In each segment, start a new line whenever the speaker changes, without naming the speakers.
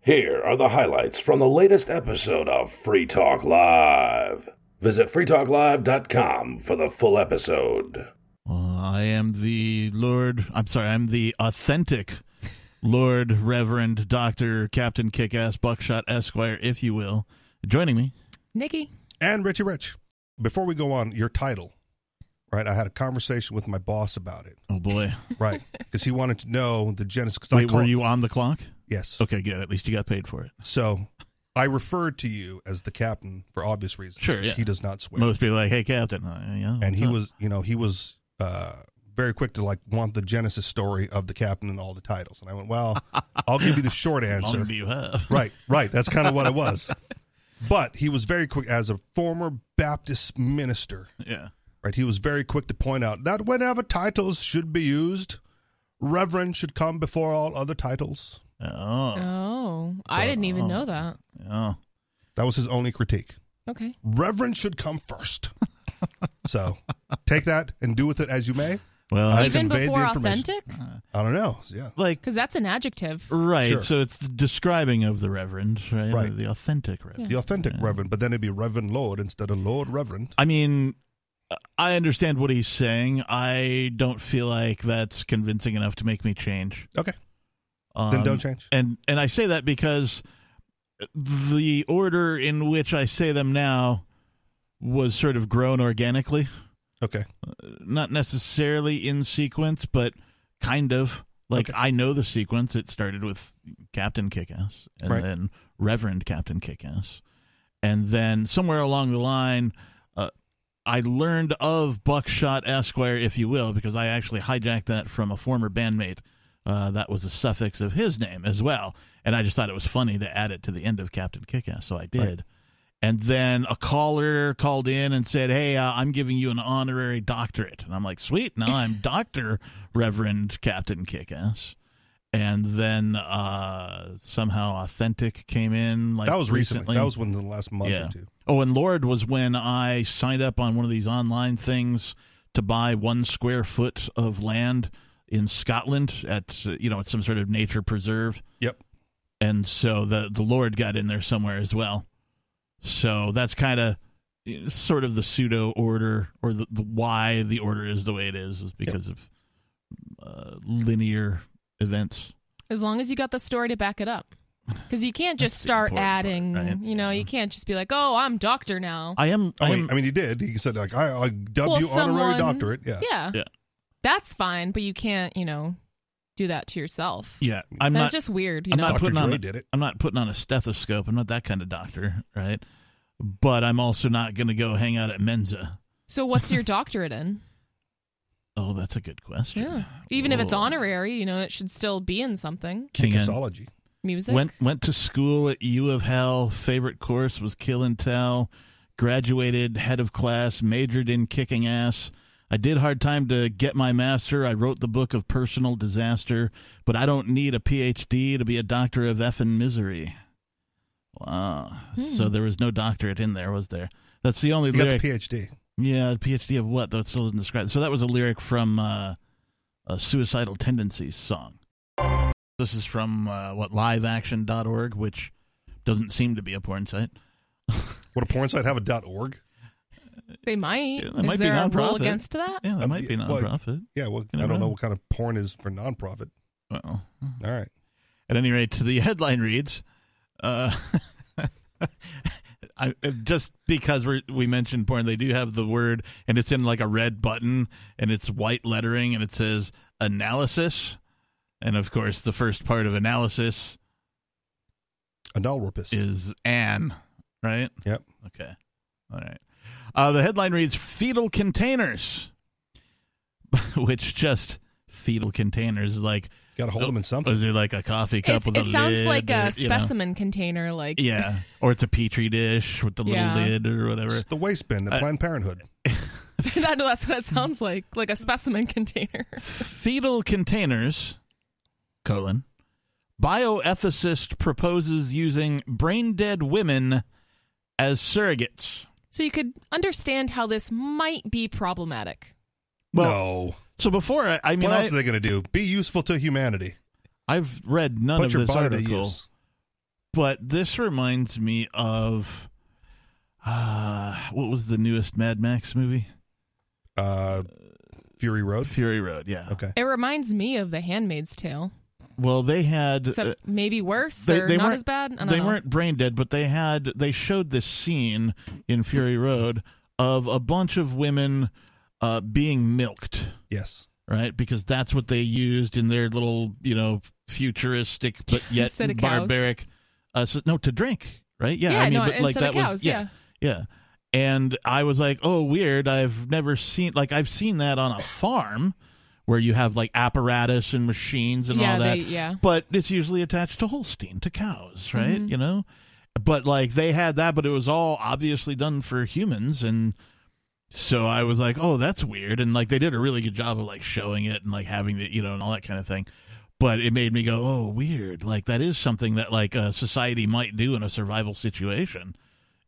Here are the highlights from the latest episode of Free Talk Live. Visit freetalklive.com for the full episode.
Well, Uh, I am the Lord. I'm sorry. I'm the authentic Lord Reverend Doctor Captain Kickass Buckshot Esquire, if you will. Joining me,
Nikki.
And Richie Rich, before we go on, your title, right? I had a conversation with my boss about it,
Oh boy.
right? Because he wanted to know the genesis. 'cause I
Wait,
call-
were you on the clock?
Yes.
Okay, good. At least you got paid for it.
So I referred to you as the captain for obvious reasons.
Sure,
'cause
yeah.
He does not swear.
Most people are like, "Hey, Captain." Uh, yeah,
and
what's
he
up?
was, you know, he was uh, very quick to like want the genesis story of the captain and all the titles. And I went, well, I'll give you the short
How long
answer.
do you have?
Right, right. That's kind of what it was. But he was very quick as a former Baptist minister.
Yeah.
right? He was very quick to point out that whenever titles should be used, reverend should come before all other titles.
Oh.
Oh, I didn't even know that.
Oh.
That was his only critique.
Okay.
Reverend should come first. so take that and do with it as you may.
Well,
I-
Even
conveyed the
before
information.
authentic?
I don't know. Yeah.
like
Because that's an adjective.
right.
Sure.
So it's the describing of the Reverend, right?
Right.
The authentic Reverend.
The authentic reverend, but then it'd be Reverend Lord instead of Lord Reverend.
I mean, I understand what he's saying. I don't feel like that's convincing enough to make me change.
Okay.
Um,
Then don't change.
And and I say that because the order in which I say them now was sort of grown organically,
Okay.
not necessarily in sequence, but kind of. Like I know the sequence. It started with Captain Kickass, and
Right.
then Reverend Captain Kickass, and then somewhere along the line, uh, I learned of Buckshot Esquire, if you will, because I actually hijacked that from a former bandmate. Uh, that was a suffix of his name as well, and I just thought it was funny to add it to the end of Captain Kickass, so I did. And then a caller called in and said, "Hey, uh, I'm giving you an honorary doctorate," and I'm like, "Sweet! Now I'm Doctor Reverend Captain Kickass." And then uh, somehow authentic came in. Like
that was recently.
recently.
That was within the last month or two.
Oh, and Lord was when I signed up on one of these online things to buy one square foot of land in Scotland at uh, you know at some sort of nature preserve,
Yep.
and so the the Lord got in there somewhere as well. So that's kind of sort of the pseudo order or the, the why the order is the way it is is because of uh, linear events.
As long as you got the story to back it up. Because you can't just
That's the
start
important part,
adding,
right?
you know,
Yeah.
you can't just be like, oh, I'm doctor now.
I am.
Oh,
I
wait,
am
I mean, he did. He said, like, I, I dub
Well,
you honorary
someone-
doctorate. Yeah.
yeah.
uh, Yeah.
That's fine, but you can't, you know, do that to yourself.
yeah. I'm
That's
not.
just weird. You
I'm
know?
Dr.
not putting on
Dre
a-
did it.
I'm not putting on a stethoscope. I'm not that kind of doctor, right? But I'm also not going to go hang out at Menza.
so what's your doctorate in?
Oh, that's a good question. Oh,
Yeah. Even if it's
Whoa.
honorary, you know, it should still be in something.
Hang on.
Kickasology.
Music.
Went went to school at U of Hell. Favorite course was kill and tell. Graduated head of class. Majored in kicking ass. I did hard time to get my master. I wrote the book of personal disaster, but I don't need a PhD to be a doctor of effing misery. Wow. So there was no doctorate in there, was there? That's the only
He got
lyric.
the PhD.
Yeah, a PhD of what? Though it still doesn't describe. So that was a lyric from uh, a Suicidal Tendencies song. This is from uh, what liveaction.org, which doesn't seem to be a porn site.
Would a porn site have a dot org?
they might.
Yeah,
Is
that might be
there a rule
nonprofit.
against that?
Yeah, that
Um,
might be
yeah, well,
nonprofit.
Yeah, well,
You
I
never
don't know
know.
what kind of porn is for nonprofit.
Well,
All right.
at any rate, the headline reads. Uh, I, just because we we mentioned porn, they do have the word, and it's in like a red button, and it's white lettering, and it says analysis, and of course, the first part of analysis
A nullrupist.
is Anne, right?
Yep.
Okay. All right. Uh, the headline reads Fetal Containers, which just fetal containers, like,
Got to hold them in something.
was it like a coffee cup
It's,
with
it
a
sounds
lid
like
or,
a
you know?
specimen container. Like,
Yeah. Or it's a petri dish with the little
Yeah.
lid or whatever.
It's the waste bin
Uh,
at Planned Parenthood.
I know that's what it sounds like, like a specimen container.
Fetal containers, colon, bioethicist proposes using brain dead women as surrogates.
So you could understand how this might be problematic.
no.
So before, I, I mean,
What
I,
else are they going to do? Be useful to humanity.
I've read none
Put
of
your
this
body
article.
to use.
But this reminds me of uh, what was the newest Mad Max movie?
Uh, Fury Road.
Fury Road. Yeah.
Okay.
It reminds me of The Handmaid's Tale,
Well, they had
except
uh,
maybe worse
they-
or
they
not
weren't-
as bad. I don't
they
know.
weren't brain dead, but they had they showed this scene in Fury Road of a bunch of women uh, being milked,
Yes.
right? Because that's what they used in their little, you know, futuristic but yet
Instead of cows.
barbaric. Uh, so, no, to drink, right? Yeah,
yeah,
I mean,
no,
but like
instead
that
of cows,
was yeah. And I was like, oh, weird. I've never seen like I've seen that on a farm where you have like apparatus and machines and
yeah,
all that
they, yeah.
but it's usually attached to Holstein, to cows, right? You know, but like they had that, but it was all obviously done for humans, and so I was like, oh, that's weird, and like they did a really good job of like showing it and like having the you know and all that kind of thing. But it made me go, oh, weird. Like that is something that like a society might do in a survival situation,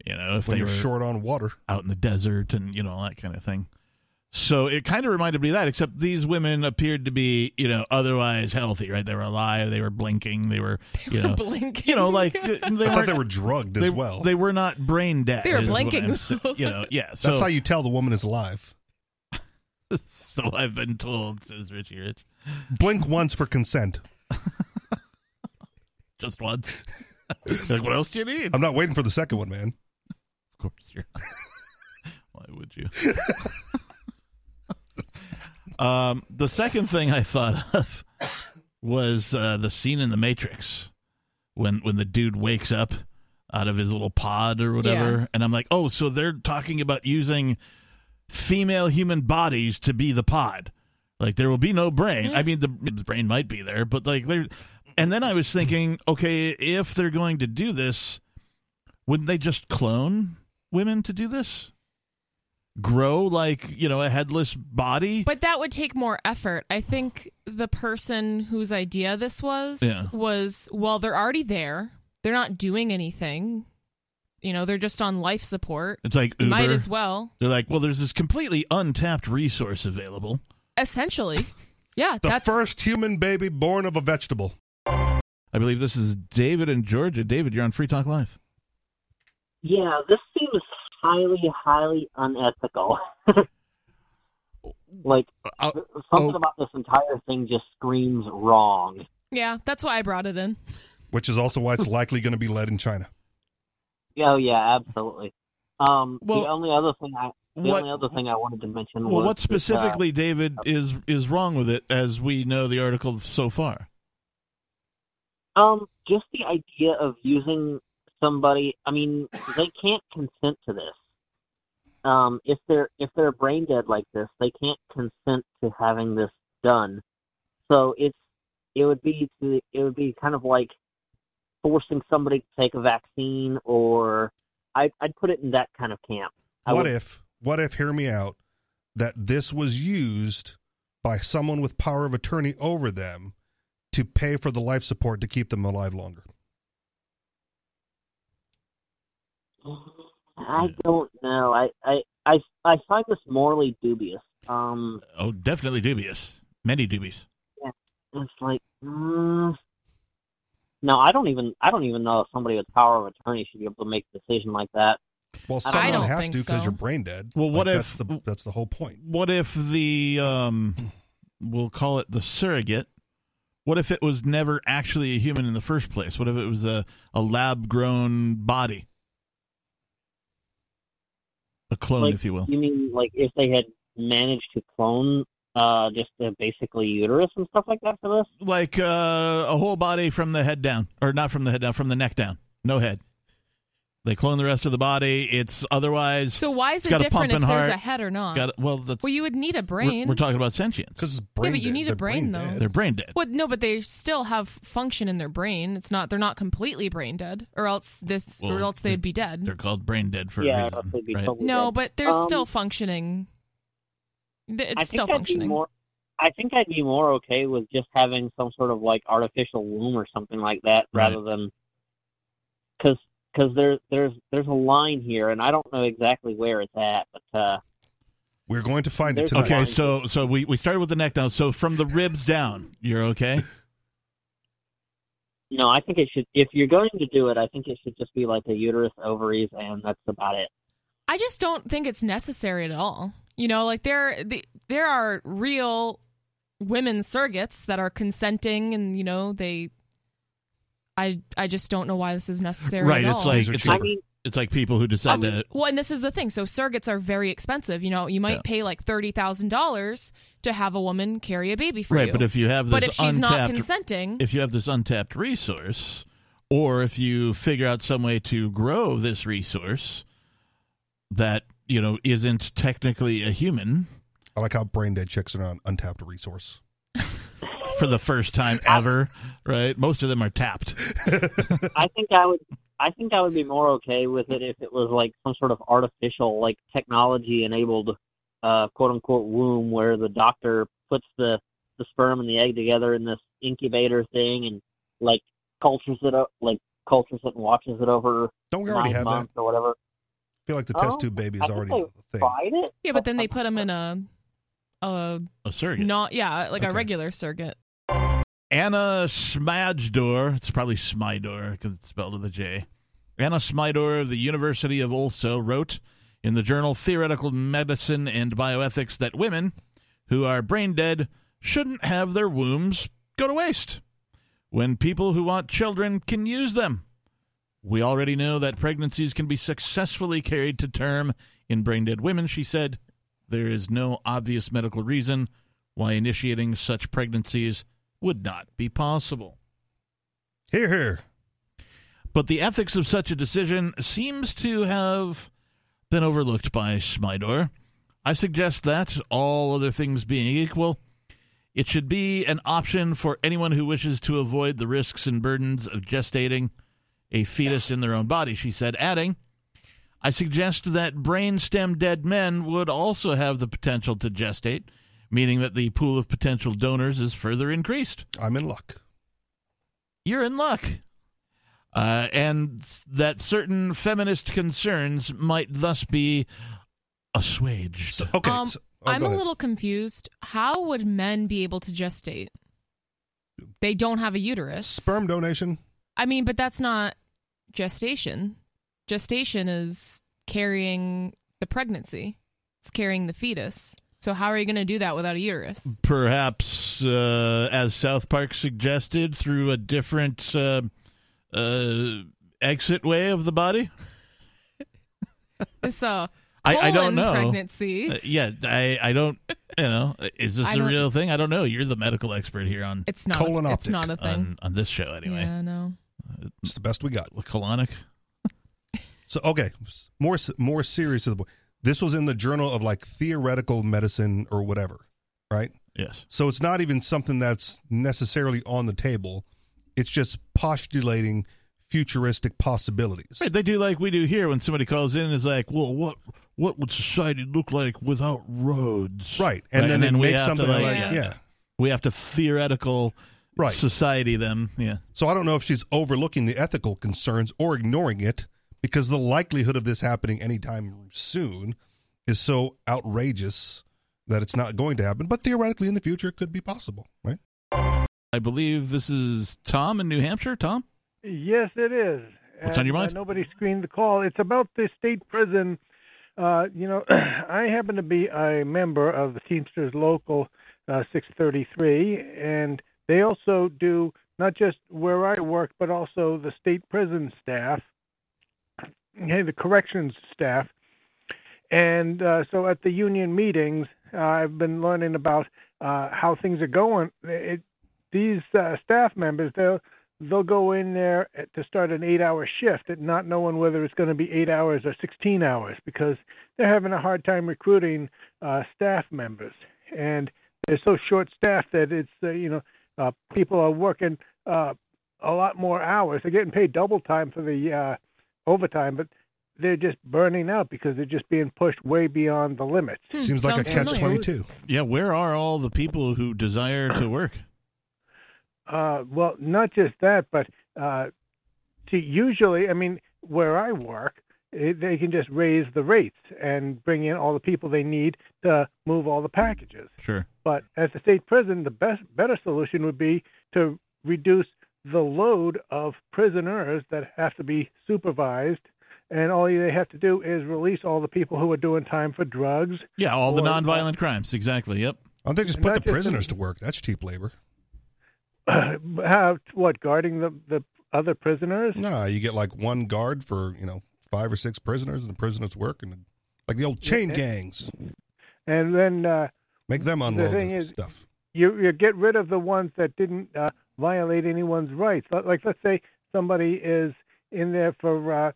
you know, if
When
they
you're
were
short on water.
out in the desert and you know all that kind of thing. So it kind of reminded me of that, except these women appeared to be you know otherwise healthy, right? They were alive, they were blinking, they were you know
blinking.
you know like th- they
I thought they
weren't-
were drugged
they,
as well.
They were not brain dead.
They were
is what
blinking,
I'm sa-
though.
you know. Yeah, so
That's how you tell the woman is alive.
so I've been told, says Richie Rich,
Blink once for consent.
just once. like what else do you need?
I'm not waiting for the second one, man.
Of course you're. Why would you? um, the second thing I thought of was uh, the scene in The Matrix when when the dude wakes up out of his little pod or whatever, and I'm like, oh, so they're talking about using female human bodies to be the pod. Like there will be no brain. I mean, the, the brain might be there, but like there. And then I was thinking, okay, if they're going to do this, wouldn't they just clone women to do this? Grow like you know a headless body.
But that would take more effort. I think the person whose idea this was
Yeah.
was well, they're already there. They're not doing anything. You know, they're just on life support.
it's like Uber.
Might as well.
They're like, well, there's this completely untapped resource available.
Essentially. Yeah,
The
that's
first human baby born of a vegetable.
I believe this is David in Georgia. David, you're on Free Talk Live.
Yeah, this seems highly, highly unethical. like
Uh,
something
oh.
about this entire thing just screams wrong.
Yeah, that's why I brought it in.
which is also why it's likely going to be led in China.
Oh yeah, absolutely. Um,
Well,
the only other thing I the
what-
only other thing I wanted to mention
Well,
was
what
this, uh,
specifically, David, is is wrong with it as we know the article so far?
Um, just the idea of using somebody. I mean, they can't consent to this. Um, if they're if they're brain dead like this, they can't consent to having this done. So it's it would be to it would be kind of like forcing somebody to take a vaccine, or I, I'd put it in that kind of camp. I
What
would-
if, what if, hear me out, that this was used by someone with power of attorney over them to pay for the life support to keep them alive longer?
I don't know. I I I, I find this morally dubious. Um,
Oh, definitely dubious. Many dubies.
it's like mm, no i don't even i don't even know if somebody with power of attorney should be able to make a decision like that
Well,
I
someone
don't
has
think
to because
so.
you're brain dead.
Well, what
Like,
if-
that's the that's the whole point?
What if the um, we'll call it the surrogate? What if it was never actually a human in the first place? What if it was a a lab grown body, a clone,
Like,
if you will?
you mean like if they had managed to clone uh just uh, basically uterus and stuff like that for this
like uh, a whole body from the head down, or not from the head down, from the neck down. No head. They clone the rest of the body. It's otherwise
So why is
It's
it
got a
different if
pumping
there's
heart.
a head or not?
got well. The,
well, you would need a
we're,
brain.
we're talking about sentience.
Because it's brain.
but you
dead.
need a
They're
brain, though.
dead.
They're brain dead.
Well, no, but they still have function in their brain. It's not they're not completely brain dead, or else this, or
Well,
else they'd be
They're
dead.
called brain dead for
yeah
a
that
reason,
would be
right?
totally
No,
dead.
but they're
Um,
still functioning. Th- It's
I think
still
I'd be
functioning.
more, i think i'd be more okay with just having some sort of like artificial womb or something like that
Right.
rather than because because there, there's there's a line here, and I don't know exactly where it's at, but uh,
We're going to find it
There's a
tonight.
Okay, so so we, we started with the neck down. So from the ribs down, you're okay.
No, I think it should. If you're going to do it, I think it should just be like a uterus, ovaries, and that's about it.
I just don't think it's necessary at all. You know, like there the, there are real women surrogates that are consenting, and you know they. I I just don't know why this is necessary.
Right,
at
it's
all.
like
These are
it's
I
like, like
mean,
it's like people who
I
decide
mean,
to
well, and this is the thing. So surrogates are very expensive. You know, you might
Yeah.
pay like thirty thousand dollars to have a woman carry a baby for
right,
you.
but if you have this
But if she's not
untapped
consenting,
if you have this untapped resource, or if you figure out some way to grow this resource that you know isn't technically a human
I like how brain dead chicks are an untapped resource.
for the first time ever, right? Most of them are tapped.
I think I would. I think I would be more okay with it if it was like some sort of artificial, like technology enabled, uh, quote unquote womb where the doctor puts the the sperm and the egg together in this incubator thing and like cultures it up, like cultures it and watches it over
Don't we already
nine
have that?
months or whatever.
I feel like the test
Oh,
tube baby
I
is
think
already
they
a thing.
Tried it?
yeah, but then they put them in a a
A surrogate.
not yeah like a
Okay.
regular surrogate.
Anna Smajdor. It's probably Smidor because it's spelled with a J. Anna Smidor of the University of Ulso wrote in the journal Theoretical Medicine and Bioethics that women who are brain dead shouldn't have their wombs go to waste when people who want children can use them. We already know that pregnancies can be successfully carried to term in brain dead women, she said. There is no obvious medical reason why initiating such pregnancies would not be possible.
Here, here.
But the ethics of such a decision seems to have been overlooked by Schmidor. I suggest that, all other things being equal, it should be an option for anyone who wishes to avoid the risks and burdens of gestating a fetus in their own body, she said, adding, I suggest that brainstem dead men would also have the potential to gestate, meaning that the pool of potential donors is further increased
I'm in luck.
you're in luck. Uh, and that certain feminist concerns might thus be assuaged.
So, okay.
Um,
so- oh,
I'm
go
a
ahead.
little confused. How would men be able to gestate? They don't have a uterus.
sperm donation.
I mean, but that's not gestation. Gestation is carrying the pregnancy. It's carrying the fetus. So how are you going to do that without a uterus?
Perhaps, uh, as South Park suggested, through a different uh, uh, exit way of the body.
It's a
I, I
colon
don't know.
pregnancy.
Uh, yeah, I, I don't. You know, is this
I
a
don't-
real thing? I don't know. You're the medical expert here on
It's not.
Colon
it's
optic.
not a thing.
on, on this show, anyway.
Yeah, no.
It's the best we got.
Colonic.
So okay, s- more s- more serious to the point. This was in the Journal of like Theoretical Medicine or whatever, right?
Yes.
So it's not even something that's necessarily on the table. It's just postulating futuristic possibilities.
Right, they do like we do here when somebody calls in and is like, "Well, what what would society look like without roads?"
Right, and then, it
we
makes
have
something
to,
like,
like,
yeah.
Yeah.
we have to theoretical
Right.
society them. Yeah,
So I don't know if she's overlooking the ethical concerns or ignoring it because the likelihood of this happening anytime soon is so outrageous that it's not going to happen. But theoretically, in the future, it could be possible, right?
I believe this is Tom in New Hampshire. Tom,
Yes, it is.
What's on your
And,
mind?
uh, nobody screened the call. It's about the state prison. Uh, you know, I happen to be a member of the Teamsters Local uh, 633, and they also do not just where I work, but also the state prison staff, okay, the corrections staff. And uh, so at the union meetings, uh, I've been learning about uh, how things are going. It, these uh, staff members, they're they'll go in there at, to start an eight hour shift and not knowing whether it's going to be eight hours or 16 hours because they're having a hard time recruiting uh, staff members. And they're so short staffed that it's, uh, you know, uh, people are working uh, a lot more hours. They're getting paid double time for the uh, overtime, but they're just burning out because they're just being pushed way beyond the limits.
Hmm,
Seems like
sounds
a catch
familiar.
twenty two.
yeah, where are all the people who desire to work?
Uh, well, not just that, but uh, see, usually, I mean, where I work, it, they can just raise the rates and bring in all the people they need to move all the packages.
Sure,
But at the state prison, the best better solution would be to reduce the load of prisoners that have to be supervised, and all they have to do is release all the people who are doing time for drugs.
Yeah, all the
Or-
nonviolent crimes. Exactly. Yep.
Why don't they just
And
put the
that's just
prisoners
in-
to work? That's cheap labor.
How, what guarding the the other prisoners?
Nah, you get like one guard for you know five or six prisoners, and the prisoners work, and like the old chain
Yeah.
gangs,
And then uh,
make them unload
thing
the
is-
stuff.
you you get rid of the ones that didn't uh, violate anyone's rights. Like- Like let's say somebody is in there for uh,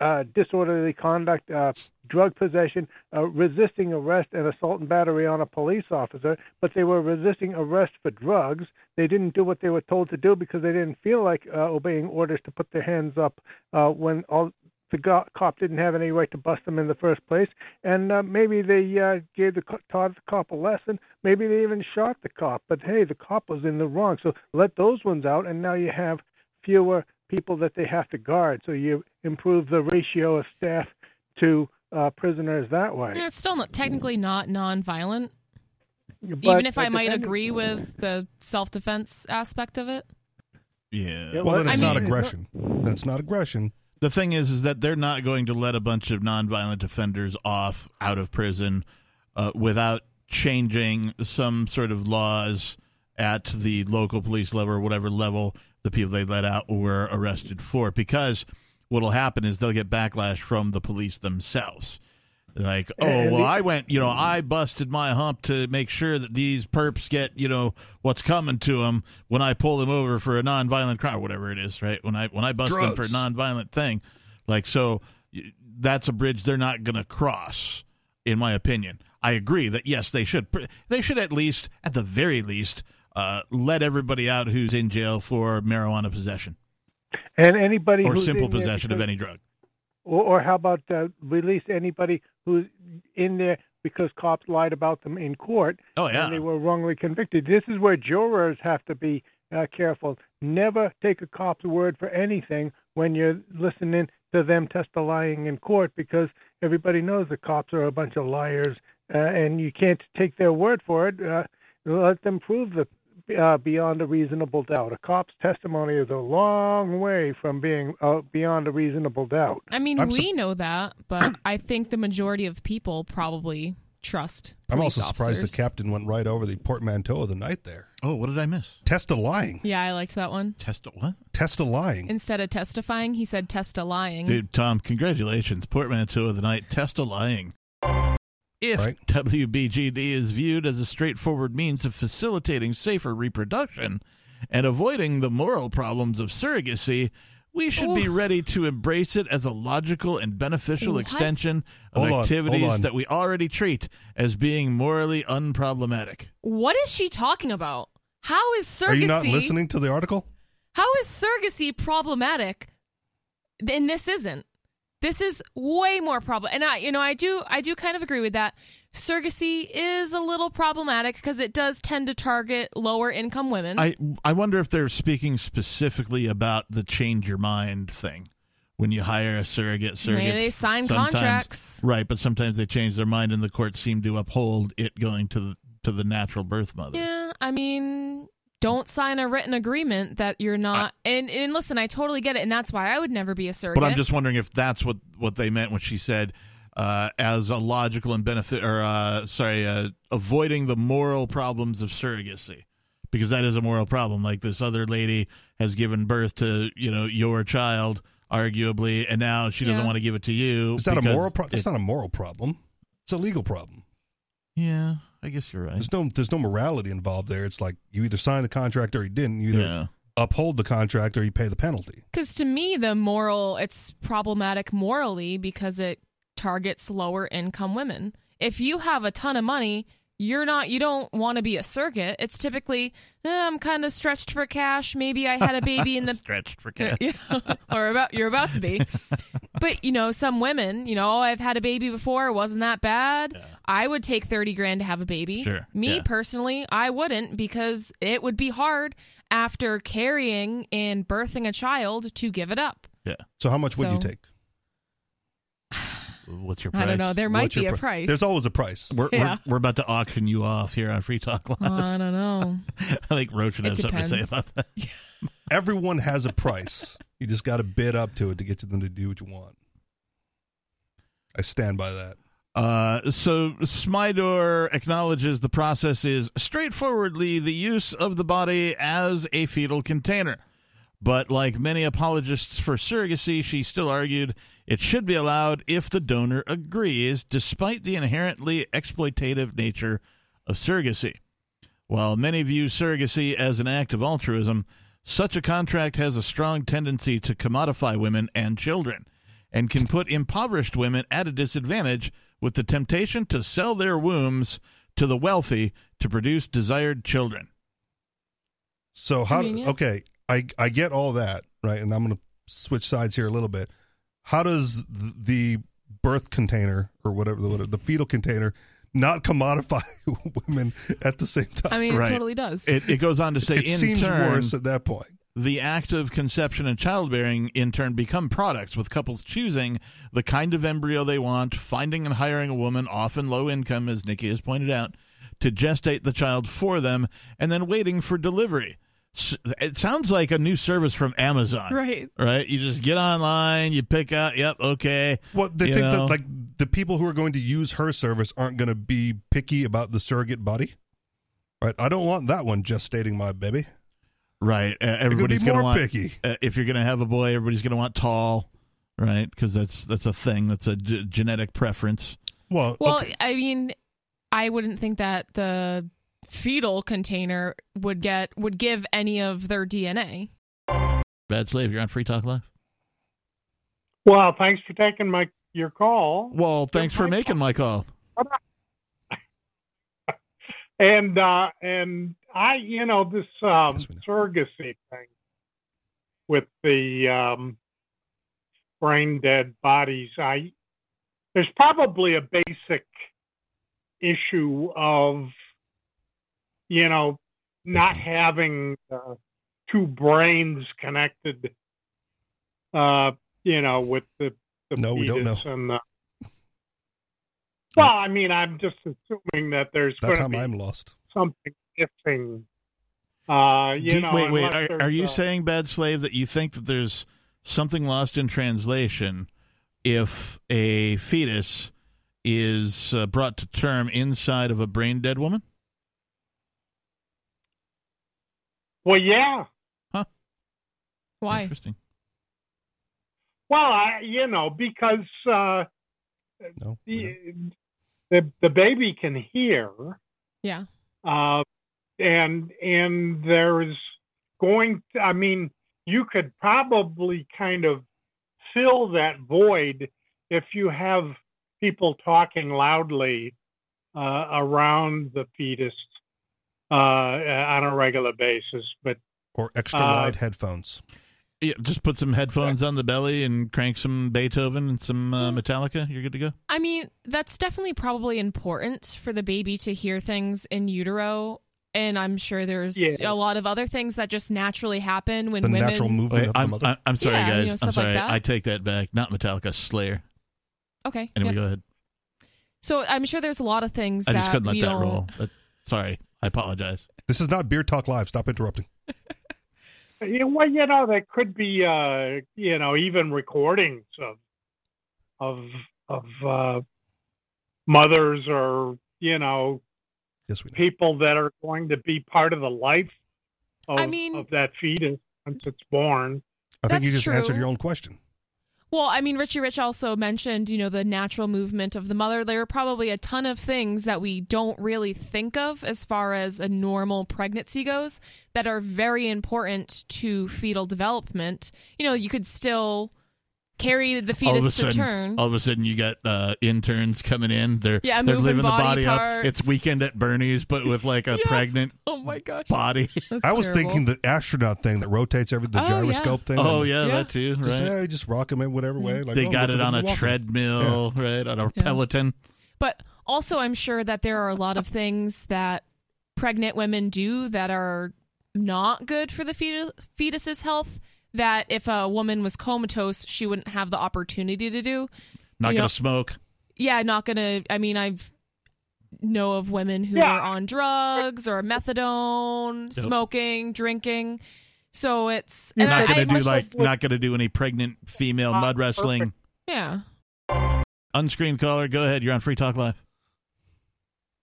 uh, disorderly conduct, uh, drug possession, uh, resisting arrest, and assault and battery on a police officer, but they were resisting arrest for drugs. They didn't do what they were told to do because they didn't feel like uh, obeying orders to put their hands up uh, when all. The go- cop didn't have any right to bust them in the first place, and uh, maybe they uh, gave the co- taught the cop a lesson. Maybe they even shot the cop. But hey, the cop was in the wrong. So let those ones out, and now you have fewer people that they have to guard. So you improve the ratio of staff to uh, prisoners that way.
Yeah, It's still not, technically not nonviolent,
But uh,
even if
the
I might
defendant-
agree with the self defense aspect of it.
Yeah.
Yeah,
Well, then
I
it's not
mean-
aggression. That's not aggression.
the thing is, is that they're not going to let a bunch of nonviolent offenders off out of prison uh, without changing some sort of laws at the local police level or whatever level the people they let out were arrested for. Because what'll happen is they'll get backlash from the police themselves. Like, oh,
And
well,
the-
I went, you know, I busted my hump to make sure that these perps get, you know, what's coming to them when I pull them over for a nonviolent crime, whatever it is, right? When I when I bust them for a
Drugs.
nonviolent thing, like so, y- that's a bridge they're not going to cross, in my opinion. I agree that yes, they should. pr- They should at least, at the very least, uh, let everybody out who's in jail for marijuana possession
and anybody
or
who's
simple
in there
possession of
because-
any drug.
Or, or how about uh, release anybody who's in there because cops lied about them in court
Oh yeah,
and they were wrongly convicted. This is where jurors have to be uh, careful. Never take a cop's word for anything when you're listening to them testifying in court because everybody knows the cops are a bunch of liars uh, and you can't take their word for it. Uh, let them prove the uh, beyond a reasonable doubt. A cop's testimony is a long way from being uh, beyond a reasonable doubt.
I mean,
I'm
we
sup-
know that, but I think the majority of people probably trust.
I'm
police
also surprised
officers.
the captain went right over the portmanteau of the night there.
Oh, what did I miss?
Test of lying.
Yeah, I liked that one.
Test what?
Test of lying.
Instead of testifying, he said test a lying.
Dude, Tom, congratulations. Portmanteau of the night, test of lying. If
Right.
WBGD is viewed as a straightforward means of facilitating safer reproduction and avoiding the moral problems of surrogacy, we should be
Ooh.
ready to embrace it as a logical and beneficial
What?
extension of
Hold on, hold
activities
on.
that we already treat as being morally unproblematic.
What is she talking about? How is surrogacy?
Are you not listening to the article?
How is surrogacy problematic? And this isn't. This is way more problem. And I, you know, I do, I do kind of agree with that. Surrogacy is a little problematic because it does tend to target lower income women.
I I wonder if they're speaking specifically about the change your mind thing when you hire a surrogate. Surrogate.
they sign contracts.
right? But sometimes they change their mind, and the courts seem to uphold it going to the, to the natural birth mother.
yeah, I mean, don't sign a written agreement that you're not. and and listen, I totally get it, and that's why I would never be a surrogate.
But I'm just wondering if that's what what they meant when she said. Uh, as a logical and benefit, or uh, sorry, uh, avoiding the moral problems of surrogacy, because that is a moral problem. Like this other lady has given birth to, you know, your child, arguably, and now she doesn't
Yeah.
want to give it to you.
Is that a
because
moral problem? It's
it-
not a moral problem. It's a legal problem.
Yeah, I guess you're right.
There's no there's no morality involved there. It's like you either signed the contract or you didn't. You either
Yeah.
uphold the contract or you pay the penalty.
Because to me, the moral, it's problematic morally because it targets lower income women. If you have a ton of money, you're not, you don't want to be a surrogate. It's typically, eh, I'm kind of stretched for cash. Maybe I had a baby in the
stretched for
yeah, yeah. or about you're about to be. but you know, some women, you know, "Oh, I've had a baby before, wasn't that bad? I would take thirty grand to have a baby.
Sure,
Me
yeah.
personally, I wouldn't because it would be hard after carrying and birthing a child to give it up.
So how much would you
So-
take?
What's your
I
price?
don't know. There might
What's
be
your
a
pri-
price.
There's always a price.
We're,
Yeah.
we're, we're about to auction you off here on Free Talk Live.
I don't know.
I think Roach would
Oh. It
have something to say
depends.
about that.
everyone has a price. you just got to bid up to it to get to them to do what you want. I stand by that.
Uh, so Smidor acknowledges the process is straightforwardly the use of the body as a fetal container. But like many apologists for surrogacy, she still argued it should be allowed if the donor agrees, despite the inherently exploitative nature of surrogacy. While many view surrogacy as an act of altruism, such a contract has a strong tendency to commodify women and children and can put impoverished women at a disadvantage with the temptation to sell their wombs to the wealthy to produce desired children.
So how?
Convenient.
Okay, I I get all that right, and I'm going to switch sides here a little bit. How does th- the birth container or whatever the whatever, the fetal container not commodify women at the same time?
I mean,
Right.
it totally does.
It, it goes on to say,
it
in
seems
turn,
worse at that point.
the act of conception and childbearing in turn become products with couples choosing the kind of embryo they want finding and hiring a woman often low income as nikki has pointed out to gestate the child for them and then waiting for delivery S- it sounds like a new service from amazon
right.
right you just get online you pick out yep okay
Well, they
You
think
know?
that like the people who are going to use her service aren't going to be picky about the surrogate body, right? I don't want that one gestating my baby.
right uh,
They're going to
everybody's
be
gonna
more
want
picky.
uh, if you're gonna have a boy everybody's gonna want tall right because that's that's a thing that's a g- genetic preference
Well,
Well,
okay.
I mean, I wouldn't think that the fetal container would get would give any of their DNA.
bad slave you're on free talk live
Well, thanks for taking my your call.
Well, thanks for making my call.
And uh and I you know, this um
Yes, we know.
surrogacy thing with the um brain dead bodies, I there's probably a basic issue of you know not
Yes,
having uh, two brains connected uh you know with the, the
No, we don't
fetus and the well i mean i'm just assuming that there's
that
going to
time
be
I'm lost.
something missing uh you
Do-
know
wait, wait.
unless
Are,
there's
are you
a-
saying, bad slave, that you think that there's something lost in translation if a fetus is uh, brought to term inside of a brain dead woman?
well yeah
Why?
Interesting.
well i you know because uh
No, we know.
the
Mm-hmm.
the, the baby can hear.
Yeah.
Uh, and and there's going. I mean, you could probably kind of fill that void if you have people talking loudly uh, around the fetus uh, on a regular basis. But
or extra
uh,
wide headphones.
Yeah, just put some headphones on the belly and crank some Beethoven and some uh, Metallica. You're good to go.
I mean, that's definitely probably important for the baby to hear things in utero. And I'm sure there's
Yeah.
a lot of other things that just naturally happen when
The
women.
natural movement
Wait,
of the
I'm,
mother.
I'm, I'm sorry,
Yeah, you
guys.
know,
I'm
stuff like
sorry.
that.
I take that back. Not Metallica, Slayer.
okay.
Anyway,
yeah.
go ahead.
So I'm sure there's a lot of things
I
that
just couldn't let
we
that
don't.
roll. That- sorry. I apologize.
this is not beer talk live. Stop interrupting.
Yeah, well, you know, there could be, uh, you know, even recordings of, of, of uh, mothers or you know
Yes, we know.
people that are going to be part of the life of,
I mean-
of that fetus once it's born.
I think you
That's
just answered
true.
your own question.
Well, I mean, Richie Rich also mentioned, you know, the natural movement of the mother. There are probably a ton of things that we don't really think of as far as a normal pregnancy goes that are very important to fetal development. You know, you could still carry the
all of a
fetus to
sudden,
turn.
All of a sudden, you got uh, interns coming in. They're
Yeah,
they're
moving
living
body
the body up.
parts.
It's weekend at Bernie's, but with like a
Yeah.
pregnant
oh my gosh.
body.
That's
I was
terrible.
thinking the astronaut thing that rotates every the
Oh,
gyroscope thing.
oh
and
Yeah.
yeah, that too,
Just,
right?
yeah, you just rock him in whatever way. Like,
they
oh,
got
look
it
at
on
them
a
walking.
treadmill, right? On a
Yeah.
Peloton.
But also, I'm sure that there are a lot of things that pregnant women do that are not good for the fetu- fetus's health. That if a woman was comatose, she wouldn't have the opportunity to do.
Not
You
gonna
know-
smoke.
Yeah, not gonna. I mean, I've know of women who
Yeah.
are on drugs or methadone,
Yep.
smoking, drinking. So it's
You're
and
not
I-
gonna
I-
do like not gonna do any pregnant female
Ah,
mud wrestling.
yeah.
Unscreened caller, go ahead. You're on Free Talk Live.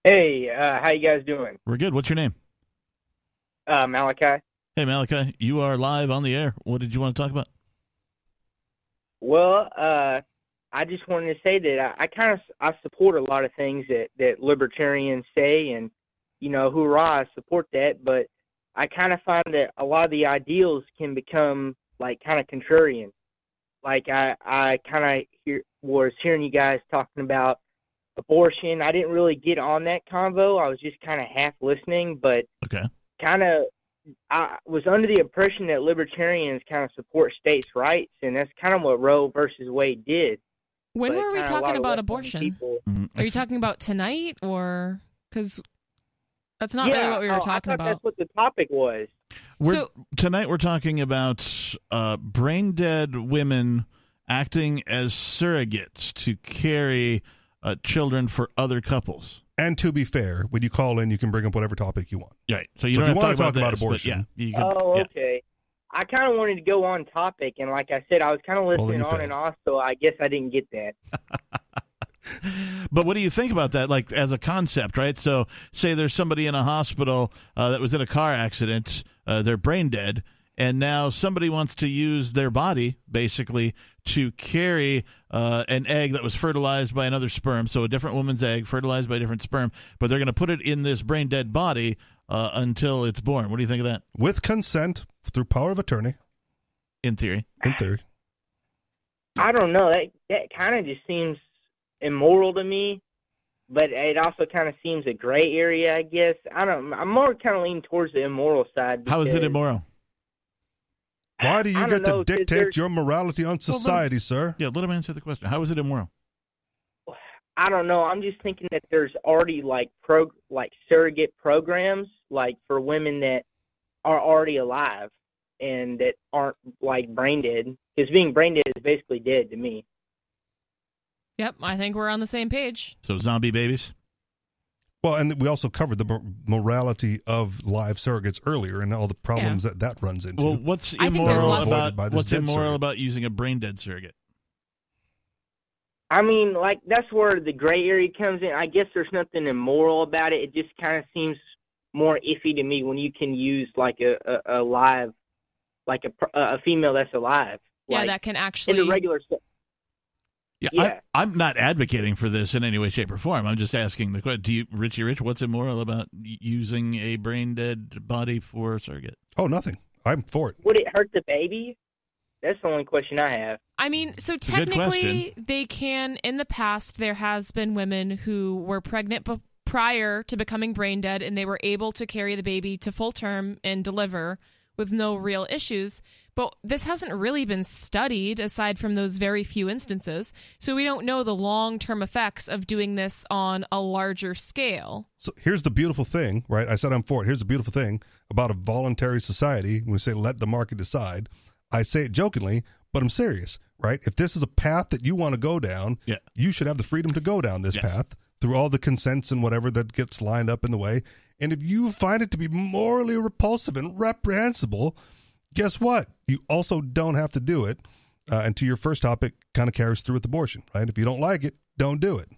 Hey, uh, how you guys doing?
We're good. What's your name?
Uh, Malachi.
Hey Malachi, you are live on the air. What did you want to talk about?
Well, uh, I just wanted to say that I, I kind of I support a lot of things that that libertarians say, and you know, hoorah, I support that. But I kind of find that a lot of the ideals can become like kind of contrarian. Like I I kind of hear was hearing you guys talking about abortion. I didn't really get on that convo. I was just kind of half listening, but
Okay.
kind of I was under the impression that libertarians kind of support states' rights, and that's kind of what Roe versus Wade did.
When
but
were we
kinda a lot
talking
of
about
left-wing
abortion?
people-
Mm,
Are you
if-
talking about tonight or because that's not really
Yeah,
what we
oh,
were
I
talking
thought
about.
That's what the topic was.
We're,
So-
tonight we're talking about uh, brain dead women acting as surrogates to carry uh, children for other couples.
And to be fair, when you call in, you can bring up whatever topic you want.
Right. So you
So
don't
if you
have
wanna
to talk,
talk about
this, but
abortion-
yeah, you can,
Oh,
yeah.
okay. I kind of wanted to go on topic, and like I said, I was kind of
then
listening
you
on
failed.
and off, so I guess I didn't get that.
But what do you think about that, like as a concept, right? So, say there's somebody in a hospital uh, that was in a car accident, uh, they're brain dead, and now somebody wants to use their body basically to carry uh, an egg that was fertilized by another sperm, so a different woman's egg fertilized by a different sperm, but they're going to put it in this brain dead body uh, until it's born. What do you think of that?
With consent through power of attorney,
In theory,
in theory.
I don't know. That that kind of just seems immoral to me, but it also kind of seems a gray area. I guess I don't. I'm more kind of leaning towards the immoral side.
how is it
because-
immoral?
Why do you
I
get
don't
to
know, 'cause
dictate
there's-
your morality on
then-
society, sir?
Yeah, let him answer the question. How is it immoral?
I don't know. I'm just thinking that there's already like pro like surrogate programs like for women that are already alive and that aren't like brain dead. Because being brain dead is basically dead to me.
Yep, I think we're on the same page.
So, zombie babies.
Well, and we also covered the mor- morality of live surrogates earlier and all the problems that that runs into.
Well, what's
I think there's
immoral
less-
about
By this
what's
dead
immoral
surrogate.
about using a brain dead surrogate?
I mean, like that's where the gray area comes in. I guess there's nothing immoral about it. It just kind of seems more iffy to me when you can use like a a, a live, like a pr- a a female that's alive.
Yeah,
like,
that can
in
actually
the regular. se-
Yeah,
Yeah.
I, I'm not advocating for this in any way, shape, or form. I'm just asking the question: Do you, Richie Rich, what's immoral about y- using a brain dead body for a surrogate?
oh, nothing. I'm for it.
Would it hurt the baby? That's the only question I have.
I mean, so
a good
technically, they can. In the past, there has been women who were pregnant b- prior to becoming brain dead, and they were able to carry the baby to full term and deliver with no real issues. But this hasn't really been studied aside from those very few instances. So we don't know the long term effects of doing this on a larger scale.
So here's the beautiful thing, right? I said I'm for it. Here's the beautiful thing about a voluntary society. When we say let the market decide, I say it jokingly, but I'm serious, right? If this is a path that you want to go down,
Yeah.
you should have the freedom to go down this
Yes.
path through all the consents and whatever that gets lined up in the way. And if you find it to be morally repulsive and reprehensible, guess what? You also don't have to do it. Uh, and to your first topic, kind of carries through with abortion, right? If you don't like it, don't do it.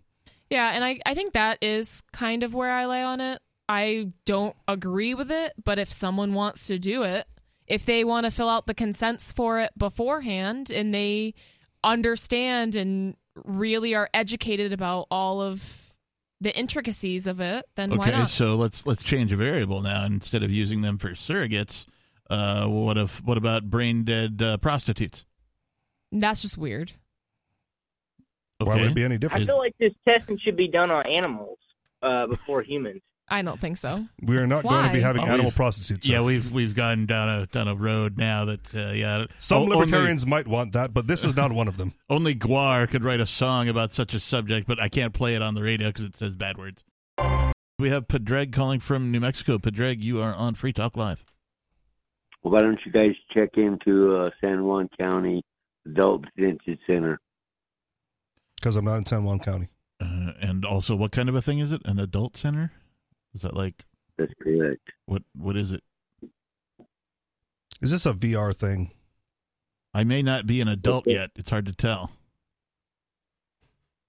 Yeah, and I, I think that is kind of where I lay on it. I don't agree with it, but if someone wants to do it, if they want to fill out the consents for it beforehand and they understand and really are educated about all of the intricacies of it, then why
Okay,
not?
so let's let's change a variable now. Instead of using them for surrogates, uh, what if what about brain dead uh, prostitutes?
That's just weird.
Why would
Okay.
it be any different?
I feel like this testing should be done on animals uh, before humans.
I don't think so.
We are not going to be
Why?
having
Oh,
animal
we've-
prostitutes. sir.
yeah, we've we've gone down a down a road now that uh, yeah.
Some
o- only-
libertarians might want that, but this is not one of them.
Only Guar could write a song about such a subject, but I can't play it on the radio because it says bad words. We have Pedreg calling from New Mexico. Pedreg, you are on Free Talk Live.
Well, why don't you guys check into uh, San Juan County Adult Detention Center?
Because I'm not in San Juan County.
Uh, and also, what kind of a thing is it? An adult center? Is that like
That's correct.
what? What is it?
Is this a VR thing?
I may not be an adult yet. It's hard to tell.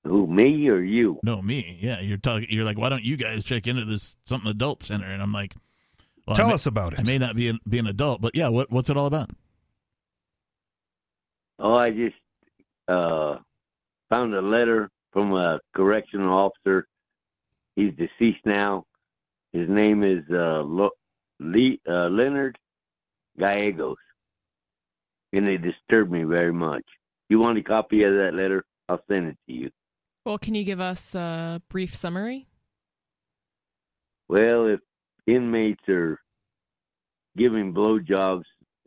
Who, me or you?
No, me. Yeah, you're talking. You're like, why don't you guys check into this something adult center? And I'm like, well, I
Tell
may-
us about it.
I may not be an, be an adult, but yeah, what what's it all about?
Oh, I just uh, found a letter from a correctional officer. He's deceased now. His name is uh, Lo- Le- uh, Leonard Gallegos. And it disturbed me very much. You want a copy of that letter? I'll send it to you.
Well, can you give us a brief summary?
Well, if inmates are giving blowjobs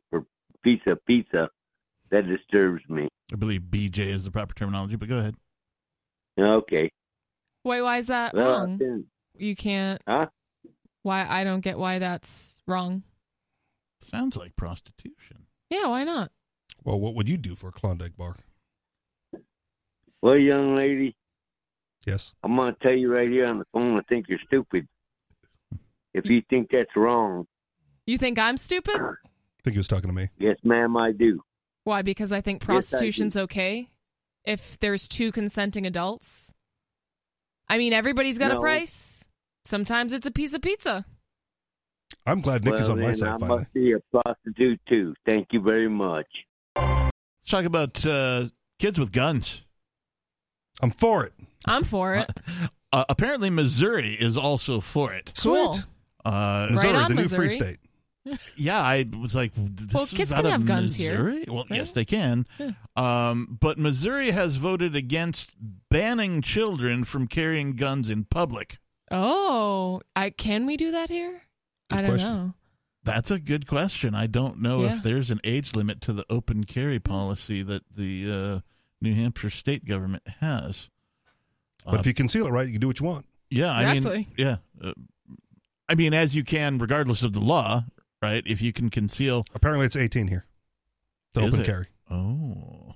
for piece of pizza, that disturbs me.
I believe BJ is the proper terminology, but go ahead.
Okay.
Wait, why is that
Well,
wrong?
then,
You can't.
Huh?
Why I don't get why that's wrong.
Sounds like prostitution.
Yeah, why not?
Well, what would you do for a Klondike bar?
well, young lady,
Yes.
I'm going to tell you right here on the phone, I think you're stupid. If you think that's wrong,
You think I'm stupid?
I think he was talking to me.
yes, ma'am, I do.
Why? Because I think
Yes, I do.
prostitution's okay if there's two consenting adults. I mean, everybody's got a
No.
price. Sometimes it's a piece of pizza.
I'm glad Nick
well,
is on my
then
side
I
finally.
must be a prostitute too. Thank you very much.
Let's talk about uh, kids with guns.
I'm for it.
I'm for it.
Uh, apparently, Missouri is also for it.
Cool.
Sweet.
Uh,
Missouri,
Right on,
the new free
Missouri.
state.
yeah, I was like, this
Well,
is
kids
out
can
of
have guns here,
Missouri? Well,
right?
yes, they can.
Yeah.
Um, but Missouri has voted against banning children from carrying guns in public.
Oh, I can we do that here?
Good
I don't
question.
know.
That's a good question. I don't know
Yeah.
if there's an age limit to the open carry policy that the uh, New Hampshire state government has.
But
Uh,
if you conceal it right, you can do what you want.
Yeah, I mean,
Exactly.
yeah. Uh, I mean, as you can, regardless of the law, right? If you can conceal,
Apparently, it's 18 here. The
Is
open
it?
carry.
oh,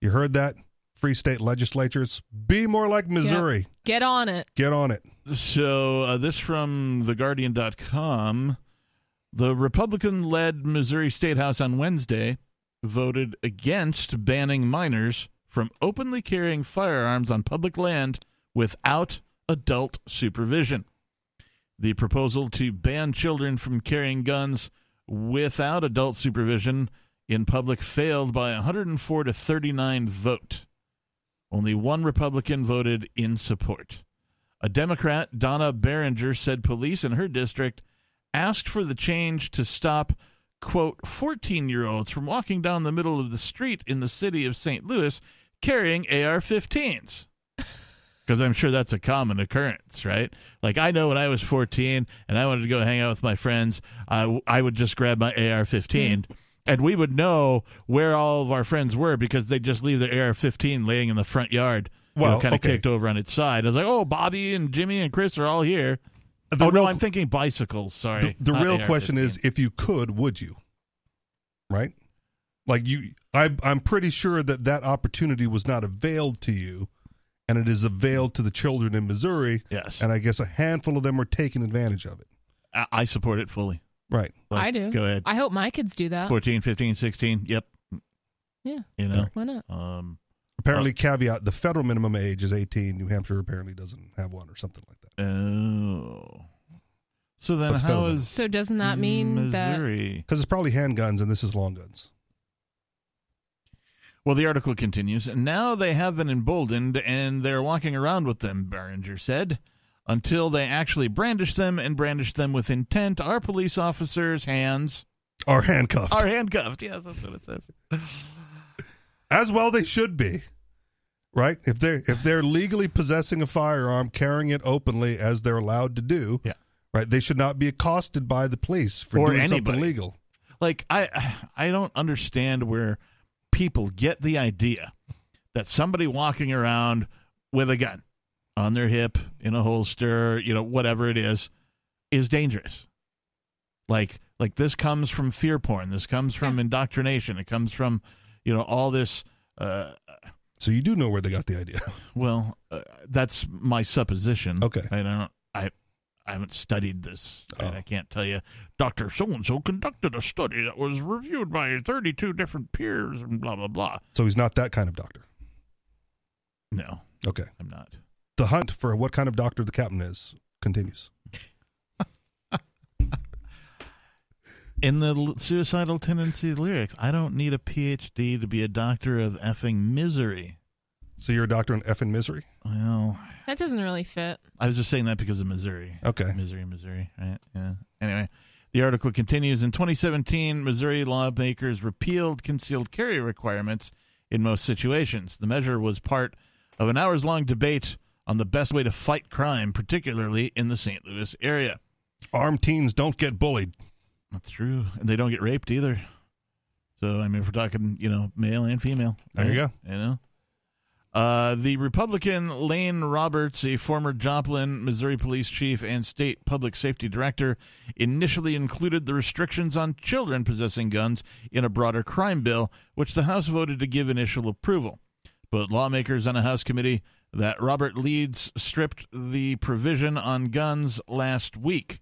You heard that? Free state legislatures. Be more like Missouri.
Get on it.
Get on it.
So, uh, this from TheGuardian.com. The Republican led Missouri State House on Wednesday voted against banning minors from openly carrying firearms on public land without adult supervision. The proposal to ban children from carrying guns without adult supervision in public failed by 104 to 39 vote. Only one Republican voted in support. A Democrat, Donna Berenger, said police in her district asked for the change to stop, quote, 14 year olds from walking down the middle of the street in the city of St. Louis carrying AR 15s. Because I'm sure that's a common occurrence, right? Like, I know when I was 14 and I wanted to go hang out with my friends, I, I would just grab my AR 15. And we would know where all of our friends were because they just leave their AR 15 laying in the front yard, you know,
Well,
kind of
okay.
kicked over on its side. I was like, oh, Bobby and Jimmy and Chris are all here.
The
oh,
real,
no, I'm thinking bicycles. Sorry.
the, the
not
real
AR-15.
question is if you could, would you? Right? Like, you, I, I'm pretty sure that that opportunity was not availed to you, and it is availed to the children in Missouri,
yes,
and I guess a handful of them are taking advantage of it.
I, I support it fully.
Right.
I do.
Go ahead.
I hope my kids do that.
14, 15, 16. Yep.
Yeah.
You know.
Why not?
Um.
Apparently, caveat: the federal minimum age is 18. New Hampshire apparently doesn't have one or something like that.
Oh. So then,
But still,
how
though.
is
So doesn't that mean that
Missouri?
Because it's probably handguns, and this is long guns.
Well, the article continues. And now they have been emboldened, and they're walking around with them. Berenger said. Until they actually brandish them and brandish them with intent, our police officers' hands
Are handcuffed,
are handcuffed. Yes, that's what it says.
as well they should be. Right? If they're if they're legally possessing a firearm, carrying it openly as they're allowed to do,
Yeah.
right? They should not be accosted by the police for
Or
doing something
anybody.
legal.
like i i don't understand where people get the idea that somebody walking around with a gun on their hip in a holster you know whatever it is is dangerous like like this comes from fear porn this comes from indoctrination it comes from you know all this uh
So you do know where they got the idea.
well uh, that's my supposition
Okay.
i don't i I haven't studied this. and I can't tell you. Doctor so and so conducted a study that was reviewed by thirty-two different peers and blah blah blah.
So he's not that kind of doctor.
No,
Okay.
I'm not.
The hunt for what kind of doctor the captain is continues.
In the l- suicidal tendency lyrics, I don't need a PhD to be a doctor of effing misery.
So you're a doctor in effing misery?
Well,
That doesn't really fit.
I was just saying that because of Missouri.
Okay.
Missouri, Missouri, right? Yeah. Anyway, the article continues In 2017, Missouri lawmakers repealed concealed carry requirements in most situations. The measure was part of an hours long debate on the best way to fight crime, particularly in the St. Louis area.
Armed teens don't get bullied.
That's true. And they don't get raped either. So, I mean, if we're talking, you know, male and female.
There you
right? You know? Uh, the Republican Lane Roberts, a former Joplin, Missouri police chief and state public safety director, initially included the restrictions on children possessing guns in a broader crime bill, which the House voted to give initial approval. But lawmakers on a House committee that Robert leads stripped the provision on guns last week.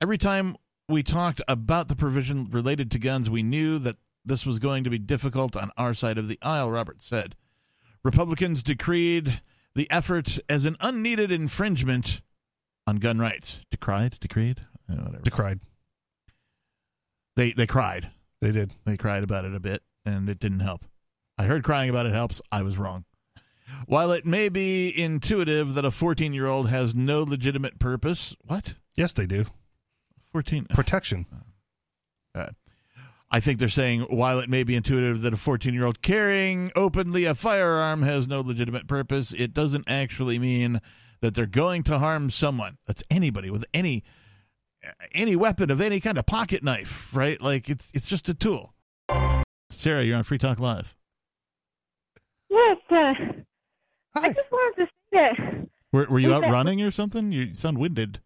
Every time we talked about the provision related to guns, we knew that this was going to be difficult on our side of the aisle, Roberts said. Republicans decreed the effort as an unneeded infringement on gun rights. Decried? Decreed? Uh, Whatever.
They cried.
They, they cried.
They did.
They cried about it a bit, and it didn't help. I heard crying about it helps. I was wrong. While it may be intuitive that a 14 year old has no legitimate purpose, what?
Yes, they do.
14?
Protection.
I think they're saying while it may be intuitive that a 14 year old carrying openly a firearm has no legitimate purpose, it doesn't actually mean that they're going to harm someone. That's anybody with any any weapon of any kind of pocket knife, right? Like it's it's just a tool. Sarah, you're on Free Talk Live.
Yes, uh, I
Hi.
just wanted to say that.
Were, were you
Is
out
that-
running or something? You sound winded.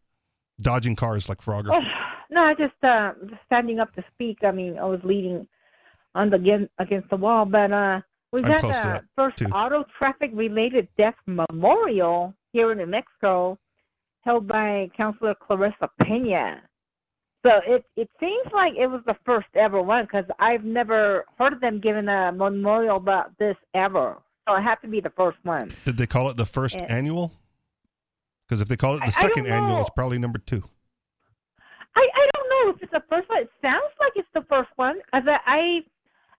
Dodging cars like
Oh,
Frogger.
no, I just uh, just standing up to speak. I mean, I was leaning on the against, against the wall, but uh, we've
I'm
had
close to
the
that,
first
too.
auto traffic related death memorial here in New Mexico, held by Councilor Clarissa Pena. So it it seems like it was the first ever one because I've never heard of them giving a memorial about this ever. So it had to be the first one.
Did they call it the first
Yeah.
annual? Because if they call it
I-
the
I don't
second annual,
know.
it's probably number two.
I, I don't know if it's the first one. It sounds like it's the first one. Cause I,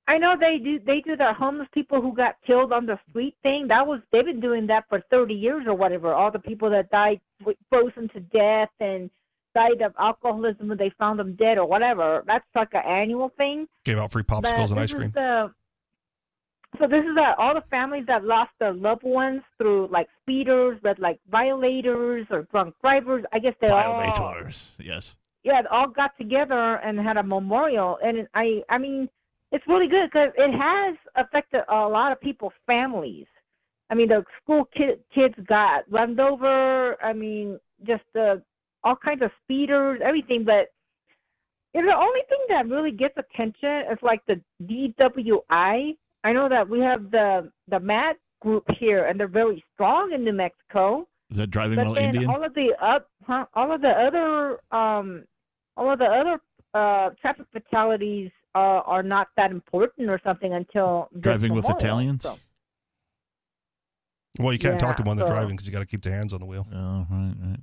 I I know they do they do the homeless people who got killed on the street thing. That was they've been doing that for thirty years or whatever. All the people that died w- frozen to death and died of alcoholism when they found them dead or whatever. That's like an annual thing.
Gave out free
But
popsicles and
this
ice
is
cream.
The, so this is uh, all the families that lost their loved ones through like speeders, but like violators or drunk drivers. I guess they all
Violators. Yes.
yeah, they all got together and had a memorial. And I, I mean, it's really good because it has affected a lot of people's families. I mean, the school kid, kids got run over. I mean, just uh, all kinds of speeders, everything. But you know, the only thing that really gets attention is like the DWI. I know that we have the the MAD group here, and they're very strong in New Mexico
Is that driving
but
while
then
Indian?
all of the up, huh, all of the other, um, all of the other uh, traffic fatalities uh, are not that important or something until this
Driving with
memorial,
Italians?
so-
Well, you can't talk to
Yeah,
one that's
so-
driving because you got to keep the hands on the wheel.
Oh, right, right.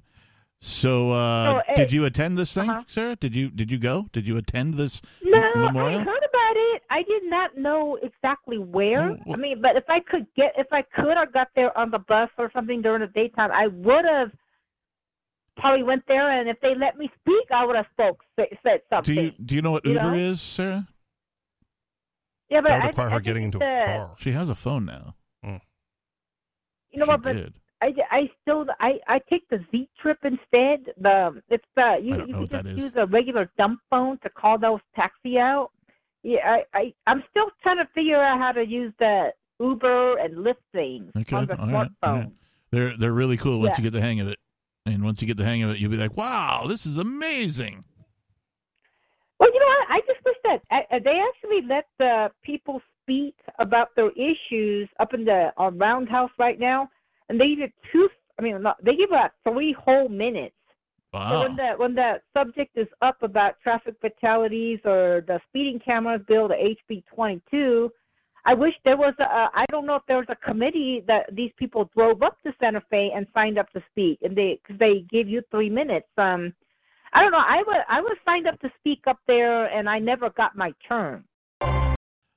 So, uh,
So, eh,
did you attend this thing,
uh-huh.
Sarah? Did you did you go? Did you attend this?
No,
Memorial?
I heard about it. I did not know exactly where.
Oh, well-
I mean, but if I could get, if I could, have got there on the bus or something during the daytime. I would have probably went there, and if they let me speak, I would have spoke sa- said
Do
something.
you do you know what
You
Uber
know?
is, Sarah?
yeah, but
That would
I-
require
I
her
think
getting into a
that-
car.
She has a phone now.
You know
She
what? But
did.
I, I still I, I take the Z trip instead. The it's the you,
I don't
you
know
can
what that
just
is.
use a regular dump phone to call those taxi out. Yeah, I, I I'm still trying to figure out how to use the Uber and Lyft things
Okay,
on the
all
smartphone.
right, all right. They're they're really cool once
Yeah.
you get the hang of it. And once you get the hang of it, you'll be like, "Wow, this is amazing."
Well, you know what? I just wish that I, I- they actually let the people speak about their issues up in the on Roundhouse right now, and they did two. I mean, not, they give about three whole minutes So
Ah.
when that when that subject is up about traffic fatalities or the speeding cameras bill, the HB 22, I wish there was a I don't know if there was a committee that these people drove up to Santa Fe and signed up to speak, and they cause they give you three minutes. Um, I don't know. I was I was signed up to speak up there, and I never got my turn.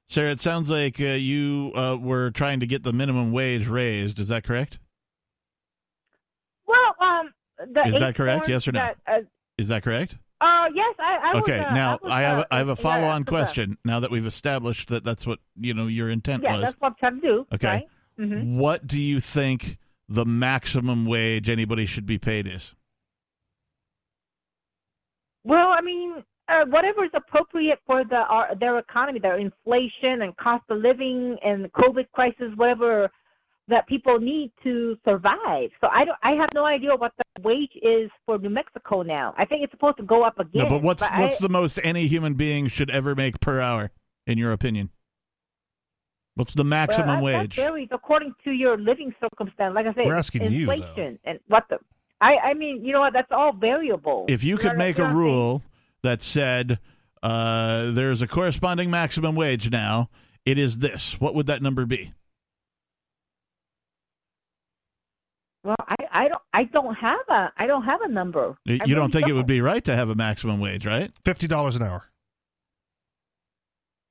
Sarah, it sounds like uh, you uh, were trying to get the minimum wage raised. Is that correct?
Well, um, the
Is that
eight
correct?
forms
Yes or no?
that, uh,
Is that correct?
uh, yes, I, I
okay.
was. uh,
now
was,
I have
uh,
a, I have
yeah,
a follow on
I was, uh,
question. Now that we've established that that's what you know your intent
Yeah,
was.
that's what I'm trying to do.
Okay.
Right? hmm
What do you think the maximum wage anybody should be paid is?
Well, I mean, uh, whatever is appropriate for the our, their economy, their inflation and cost of living and the COVID crisis, whatever that people need to survive. So I don't, I have no idea what the wage is for New Mexico now. I think it's supposed to go up again.
no, but what's
I-
what's the most any human being should ever make per hour, in your opinion? What's the maximum
well, that-
wage?
That varies according to your living circumstance. Like I said,
We're asking you, though.
inflation and what the. I, I mean, you know what? That's all variable.
if you could
know,
make
you
a
know what I'm saying?
rule that said uh, there's a corresponding maximum wage now, it is this. What would that number be?
Well, I, I don't I don't have a I don't have a number.
You you don't think it would be right to have a maximum wage, right?
Fifty dollars an hour.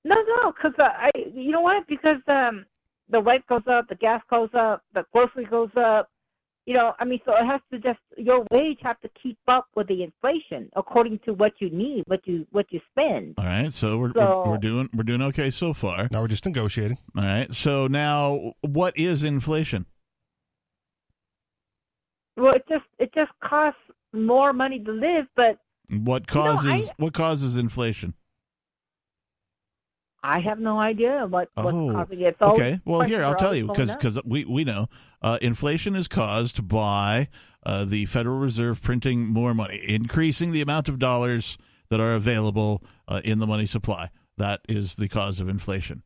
No, no, because uh, I you know what? Because um, the rent goes up, the gas goes up, the grocery goes up. You know, I mean, so it has to just your wage have to keep up with the inflation according to what you need, what you what you spend.
All right, so we're
So-
we're, we're doing we're doing okay so far.
Now we're just negotiating.
All right, so now what is inflation?
Well, it just it just costs more money to live, but
What
You know,
causes what causes inflation?
I have no idea what what's
Oh,
causing it. It's always-
Okay, well here I'll
prices are
tell you
always
because
going up.
we we know uh, inflation is caused by uh, the Federal Reserve printing more money, increasing the amount of dollars that are available uh, in the money supply. That is the cause of inflation.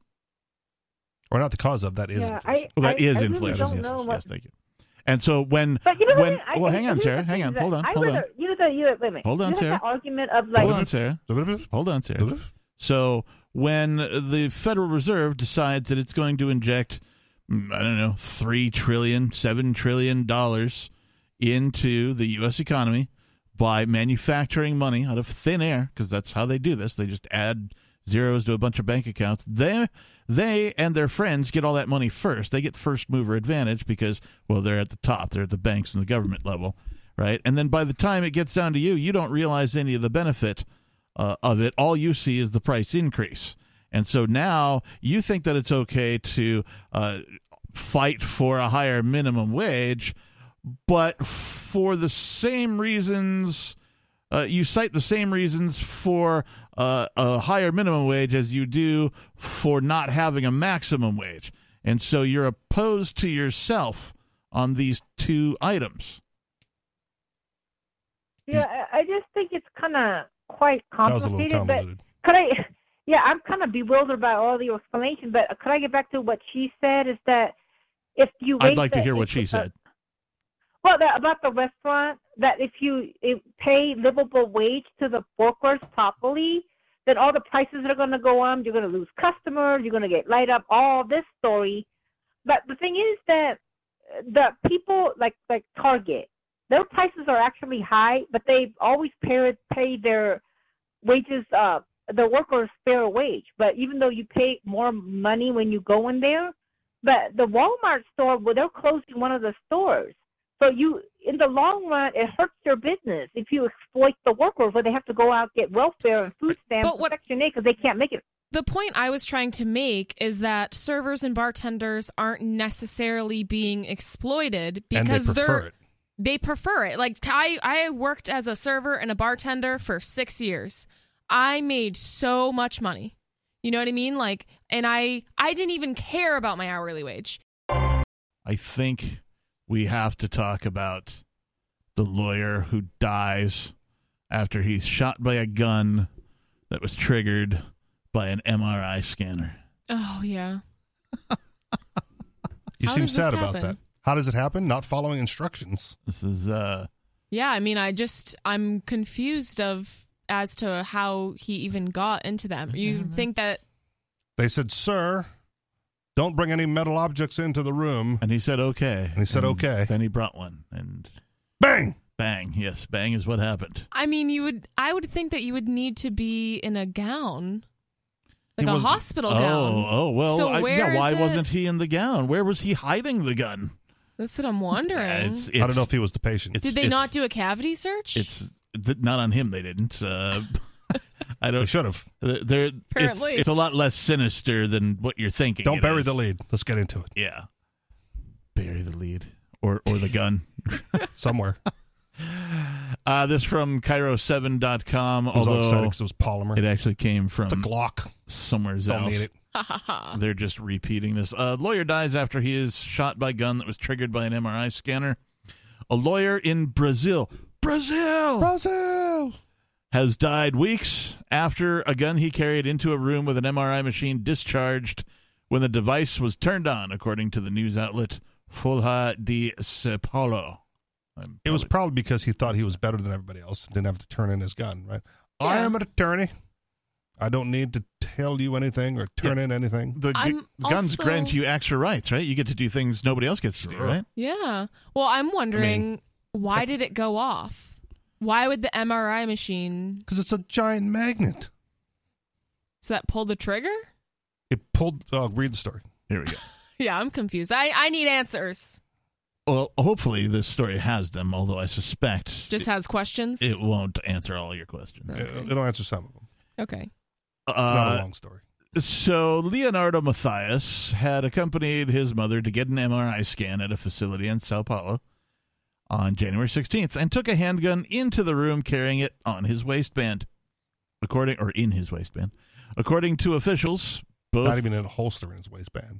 Or not the cause of that is
Yeah,
inflation.
Well, that
I-
is
I really
inflation.
don't
yes,
know
yes,
what-
yes, thank you. And so when
But you know
when
what? I,
well,
I-
hang on,
here's
Sarah,
the
hang
thing
on,
is
hold
that
on,
I
hold on,
rather- You know the you wait a minute.
Hold on,
you know
Sarah.
That argument of like
hold on, Sarah, hold on, Sarah. So when the Federal Reserve decides that it's going to inject, mm, I don't know, three trillion, seven trillion dollars into the U.S. economy by manufacturing money out of thin air, because that's how they do this. They just add zeros to a bunch of bank accounts. They, they and their friends get all that money first. They get first mover advantage because, well, they're at the top. They're at the banks and the government level, right? And then by the time it gets down to you, you don't realize any of the benefit uh, of it. All you see is the price increase. And so now you think that it's okay to uh, fight for a higher minimum wage, but for the same reasons, uh, you cite the same reasons for uh, a higher minimum wage as you do for not having a maximum wage. And so you're opposed to yourself on these two items.
Yeah, I I just think it's kind of quite
That was a little
complicated. but
convoluted.
could I? Yeah, I'm kind of bewildered by all the explanation. But could I get back to what she said? Is that if you
I'd
raise
like to
the
hear what she
interest- uh,
said.
well, that, about the restaurant, that if you eh, pay livable wage to the workers properly, then all the prices are going to go up. You're going to lose customers. You're going to get light up. All this story. But the thing is that eh, the people like like Target, their prices are actually high, but they always pay pay their wages uh the workers fair wage. But even though you pay more money when you go in there, but the Walmart store, well, they're closing one of the stores. So you, in the long run, it hurts your business if you exploit the workers where they have to go out get welfare and food stamps
But what-
and Section 8 because they can't make it.
the point I was trying to make is that servers and bartenders aren't necessarily being exploited
and they
because
prefer
are
it.
they prefer it. Like I I worked as a server and a bartender for 6 years. I made so much money. You know what I mean? Like and I I didn't even care about my hourly wage.
I think we have to talk about the lawyer who dies after he's shot by a gun that was triggered by an MRI scanner.
Oh yeah.
You
How
seem
does this
sad about
happen?
that. How does it happen? Not following instructions.
This is uh
Yeah, I mean, I just I'm confused of as to how he even got into them. You think that
They said, "Sir, don't bring any metal objects into the room."
And he said, "Okay." And
he said, "Okay."
Then he brought one, and
bang,
bang. Yes, bang is what happened.
I mean you would I would think that you would need to be in a gown, like
He
a
was-
hospital
oh,
gown.
Oh, well,
So
I-
where
yeah. Why
is it-
wasn't he in the gown? Where was he hiding the gun?
That's what I'm wondering.
It's-
I don't
it's-
know if he was the patient.
it's-
Did they
it's-
not do a cavity search?
It's th- not on him. They didn't. Uh,
They
I don't.
should have.
th- They're, it's,
Apparently.
it's a lot less sinister than what you're thinking.
Don't
it
bury
is.
the lead. Let's get into it
Yeah. Bury the lead or or the gun.
somewhere.
uh, this from Cairo7.com.
I was all excited
Although
'cause it um, was polymer.
it actually came from
it's a Glock.
somewhere else.
Don't need it.
They're just repeating this. A lawyer dies after he is shot by gun that was triggered by an MRI scanner. A lawyer in Brazil,
Oh.
Brazil,
Brazil.
has died weeks after a gun he carried into a room with an MRI machine discharged when the device was turned on, according to the news outlet Folha de São Paulo. I'm
It was
probably-
probably because he thought he was better than everybody else. and Didn't have to turn in his gun, right? I
Yeah.
am an attorney. I don't need to tell you anything or turn in anything.
the gu-
I'm
guns
also-
grant you extra rights, right? You get to do things nobody else gets to do,
Sure.
right?
yeah. Well, I'm wondering why did it go off? Why would the MRI machine
Because it's a giant magnet.
so that pull the trigger?
It pulled. Oh, read the story.
Here we go.
Yeah, I'm confused. I I need answers.
Well, hopefully this story has them, although I suspect
Just has questions.
it won't answer all your questions.
It'll it'll answer some of them.
okay.
It's not
Uh,
a long story.
so Leonardo Matthias had accompanied his mother to get an MRI scan at a facility in Sao Paulo on January 16th and took a handgun into the room carrying it on his waistband. According or in his waistband. According to officials, both
Not even in a holster in his waistband.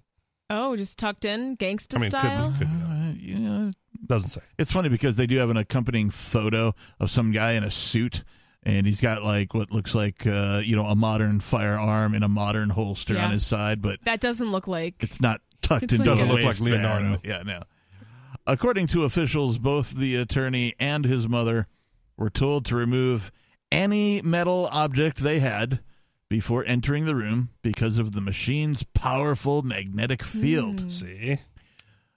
Oh, just tucked in, gangsta
I mean, could be.
style.
Uh, yeah,
Doesn't say.
It's funny because they do have an accompanying photo of some guy in a suit, and he's got like what looks like uh, you know a modern firearm in a modern holster
Yeah.
on his side, but
That doesn't look like
it's not tucked
It's
into
like
the
a- Doesn't
look like
waistband.
Leonardo.
Yeah, no. According to officials, both the attorney and his mother were told to remove any metal object they had before entering the room because of the machine's powerful magnetic field.
Hmm.
See?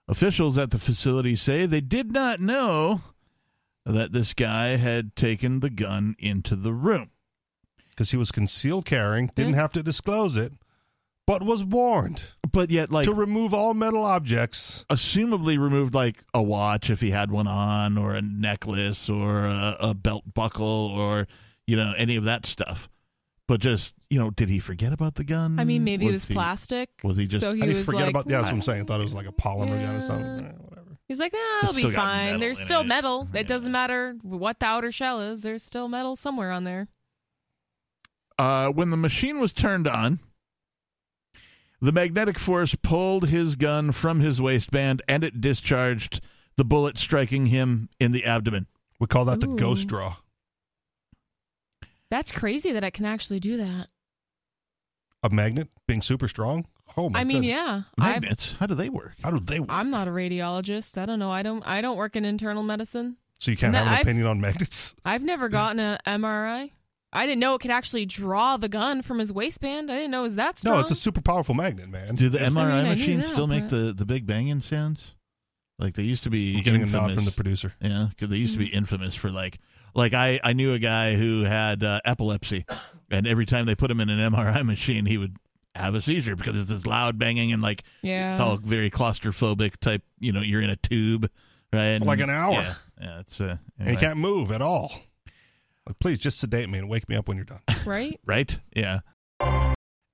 Officials at the facility say they did not know that this guy had taken the gun into the room.
Because he was concealed carrying, didn't
Yeah.
have to disclose it, but was warned
But yet, like,
to remove all metal objects.
assumably removed like a watch if he had one on, or a necklace, or a, a belt buckle, or, you know, any of that stuff. But just, you know, did he forget about the gun?
I mean, maybe it was
he-
plastic.
Was he just-
so he
How do you
was
forget
like,
about? Yeah, that's what I'm saying. Thought it was like a polymer gun or something.
Yeah.
Eh, whatever.
He's like, nah, it'll
still
be
got
fine.
metal
There's
in
still
it.
metal. It
Yeah.
doesn't matter what the outer shell is. There's still metal somewhere on there.
uh, when the machine was turned on, the magnetic force pulled his gun from his waistband and it discharged the bullet, striking him in the abdomen.
We call that the
Ooh.
ghost draw.
That's crazy that it can actually do that.
A magnet being super strong. Oh my
I mean,
goodness.
yeah, I
Magnets, how do they work?
How do they work?
I'm not a radiologist. I don't know. I don't. I don't work in internal medicine.
so you can't
No,
have an
I've-
opinion on magnets.
I've never gotten an MRI. I didn't know it could actually draw the gun from his waistband. I didn't know it was that strong.
No, it's a super powerful magnet, man.
Do the
Yes.
MRI
I knew
machines
that,
still make
but-
the, the big banging sounds? Like they used to be
I'm getting a
E infamous.
nod from the producer.
Yeah, 'cause they used to be infamous for like, like I I knew a guy who had uh, epilepsy, and every time they put him in an MRI machine, he would have a seizure because it's this loud banging and like
yeah.
it's all very claustrophobic type. You know, you're in a tube, right?
For like an hour.
Yeah, yeah it's uh,
And you
anyway.
can't move at all. Like, please just sedate me and wake me up when you're done.
right.
right? Yeah.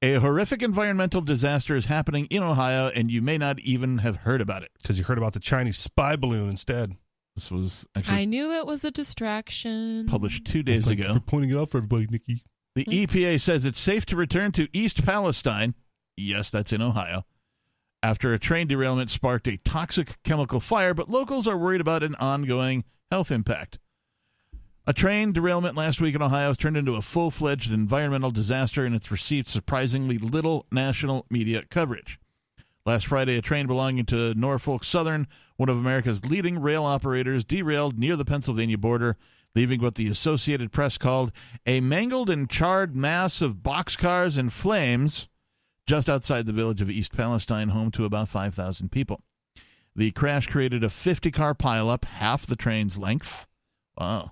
A horrific environmental disaster is happening in Ohio, and you may not even have heard about it.
Because you heard about the Chinese spy balloon instead.
This was actually
I knew it was a distraction.
published two days
Thank you
ago.
for pointing it out for everybody, Nikki.
The EPA says it's safe to return to East Palestine. Yes, that's in Ohio. After a train derailment sparked a toxic chemical fire, but locals are worried about an ongoing health impact. A train derailment last week in Ohio has turned into a full fledged environmental disaster, and it's received surprisingly little national media coverage. Last Friday, a train belonging to Norfolk Southern, one of America's leading rail operators, derailed near the Pennsylvania border, leaving what the Associated Press called a mangled and charred mass of boxcars and flames just outside the village of East Palestine, home to about 5,000 people. The crash created a 50 car pileup, half the train's length. Wow.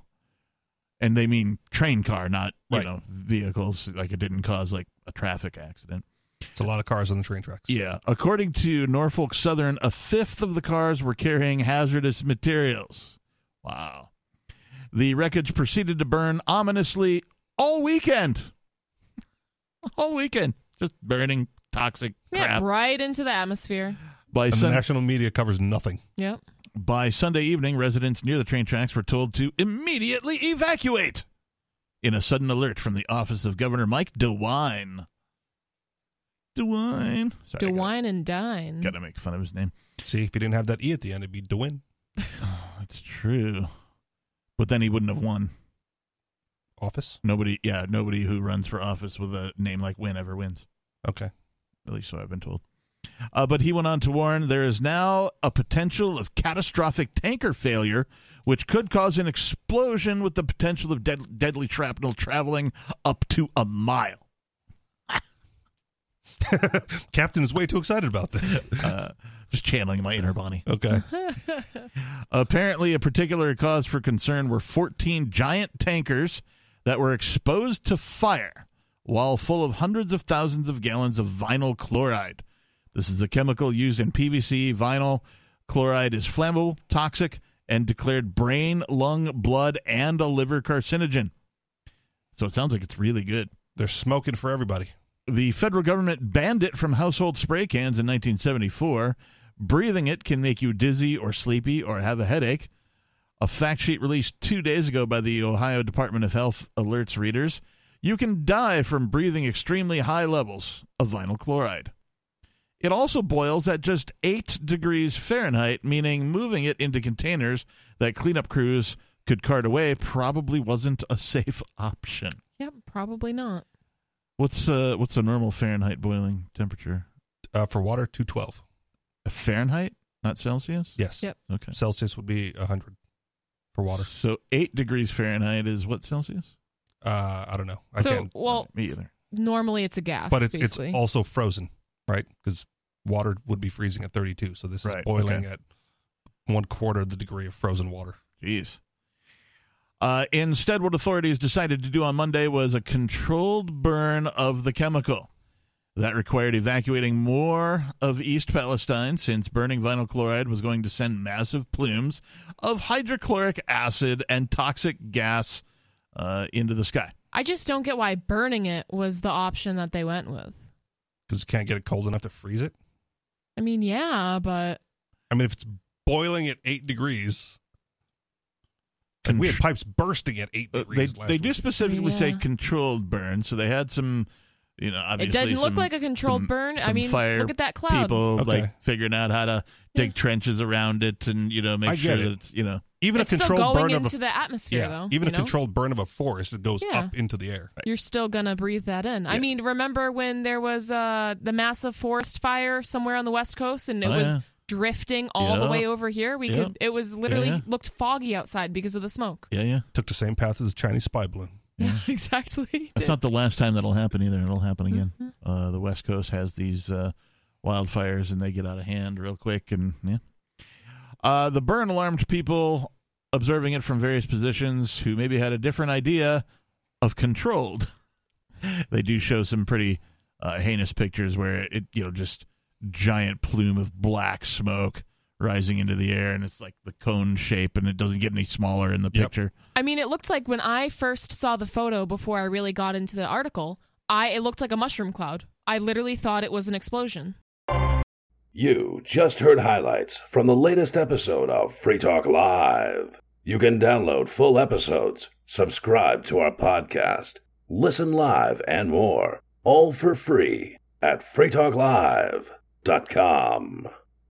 And they mean train car, not, you
Right.
know, vehicles. Like it didn't cause like a traffic accident.
It's a lot of cars on the train tracks.
Yeah. According to Norfolk Southern, a fifth of the cars were carrying hazardous materials. Wow. The wreckage proceeded to burn ominously all weekend. All weekend. Just burning toxic
Yeah,
crap.
right into the atmosphere.
By
And the
Sun-
national media covers nothing.
Yep.
By Sunday evening, residents near the train tracks were told to immediately evacuate in a sudden alert from the office of Governor Mike DeWine. DeWine. Sorry,
To
I gotta-
wine and dine.
Gotta make fun of his name.
See, if you didn't have that E at the end, it'd be DeWin.
That's true. But then he wouldn't have won.
Office.
Nobody, yeah, nobody who runs for office with a name like Win ever wins.
Okay.
At least so I've been told. Uh, but he went on to warn there is now a potential of catastrophic tanker failure, which could cause an explosion with the potential of dead, deadly shrapnel traveling up to a mile.
Captain is way too excited about this.
Uh, just channeling my inner Bonnie.
Okay.
Apparently, a particular cause for concern were 14 giant tankers that were exposed to fire while full of hundreds of thousands of gallons of vinyl chloride. This is a chemical used in PVC vinyl. Chloride is flammable, toxic, and declared brain, lung, blood, and a liver carcinogen. So it sounds like it's really good.
They're smoking for everybody.
The federal government banned it from household spray cans in 1974. Breathing it can make you dizzy or sleepy or have a headache. A fact sheet released two days ago by the Ohio Department of Health alerts readers you can die from breathing extremely high levels of vinyl chloride. It also boils at just 8 degrees Fahrenheit, meaning moving it into containers that cleanup crews could cart away probably wasn't a safe option.
Yep, probably not.
What's uh what's a normal Fahrenheit boiling temperature?
Uh, for water, 212.
A Fahrenheit, not Celsius?
Yes.
Yep.
Okay.
Celsius would be 100 for water.
So 8 degrees Fahrenheit is what Celsius?
Uh, I don't know. I
so,
can't. uh,
well,
Me either.
normally it's a gas,
But it's, it's
basically.
also frozen, right? Because water would be freezing at 32. So this
Right,
is boiling at one quarter of the degree of frozen water.
Jeez. Uh, instead, what authorities decided to do on Monday was a controlled burn of the chemical. That required evacuating more of East Palestine since burning vinyl chloride was going to send massive plumes of hydrochloric acid and toxic gas uh, into the sky.
I just don't get why burning it was the option that they went with.
Because you can't get it cold enough to freeze it.
I mean, yeah, but
I mean, if it's boiling at eight degrees, like we had
Contr-
pipes bursting at eight
Uh,
degrees
they
last
they do
week.
specifically say
Yeah.
controlled burn, so they had some, you know,
it
obviously
doesn't look
some
like a controlled
some-
burn. I
some
mean,
fire
look at that cloud.
people
Okay.
like figuring out how to dig trenches around it and you know make
I
sure
get
that
it.
it's you know
even
it's
a
still
controlled
going
burn
into
of a,
the atmosphere,
yeah,
though.
even
you
a
know?
controlled burn of a forest, it goes
Yeah.
up into the air.
You're still gonna breathe that in. I
Yeah.
mean, remember when there was uh, the massive forest fire somewhere on the west coast, and it
Oh,
was
yeah.
drifting all
Yeah.
the way over here? We
Yeah.
could. It was literally
yeah.
looked foggy outside because of the smoke.
yeah yeah.
Took the same path as the Chinese spy balloon.
Yeah, exactly.
That's not the last time that'll happen either. It'll happen again. Uh, the West Coast has these uh, wildfires, and they get out of hand real quick. And yeah, uh, the burn alarmed people observing it from various positions who maybe had a different idea of controlled. they do show some pretty uh, heinous pictures where it, you know, just giant plume of black smoke rising into the air, and it's like the cone shape, and it doesn't get any smaller in the
Yep.
picture.
I mean, it looked like when I first saw the photo before I really got into the article, I it looked like a mushroom cloud. I literally thought it was an explosion.
You just heard highlights from the latest episode of Free Talk Live. You can download full episodes, subscribe to our podcast, listen live, and more, all for free at freetalklive.com.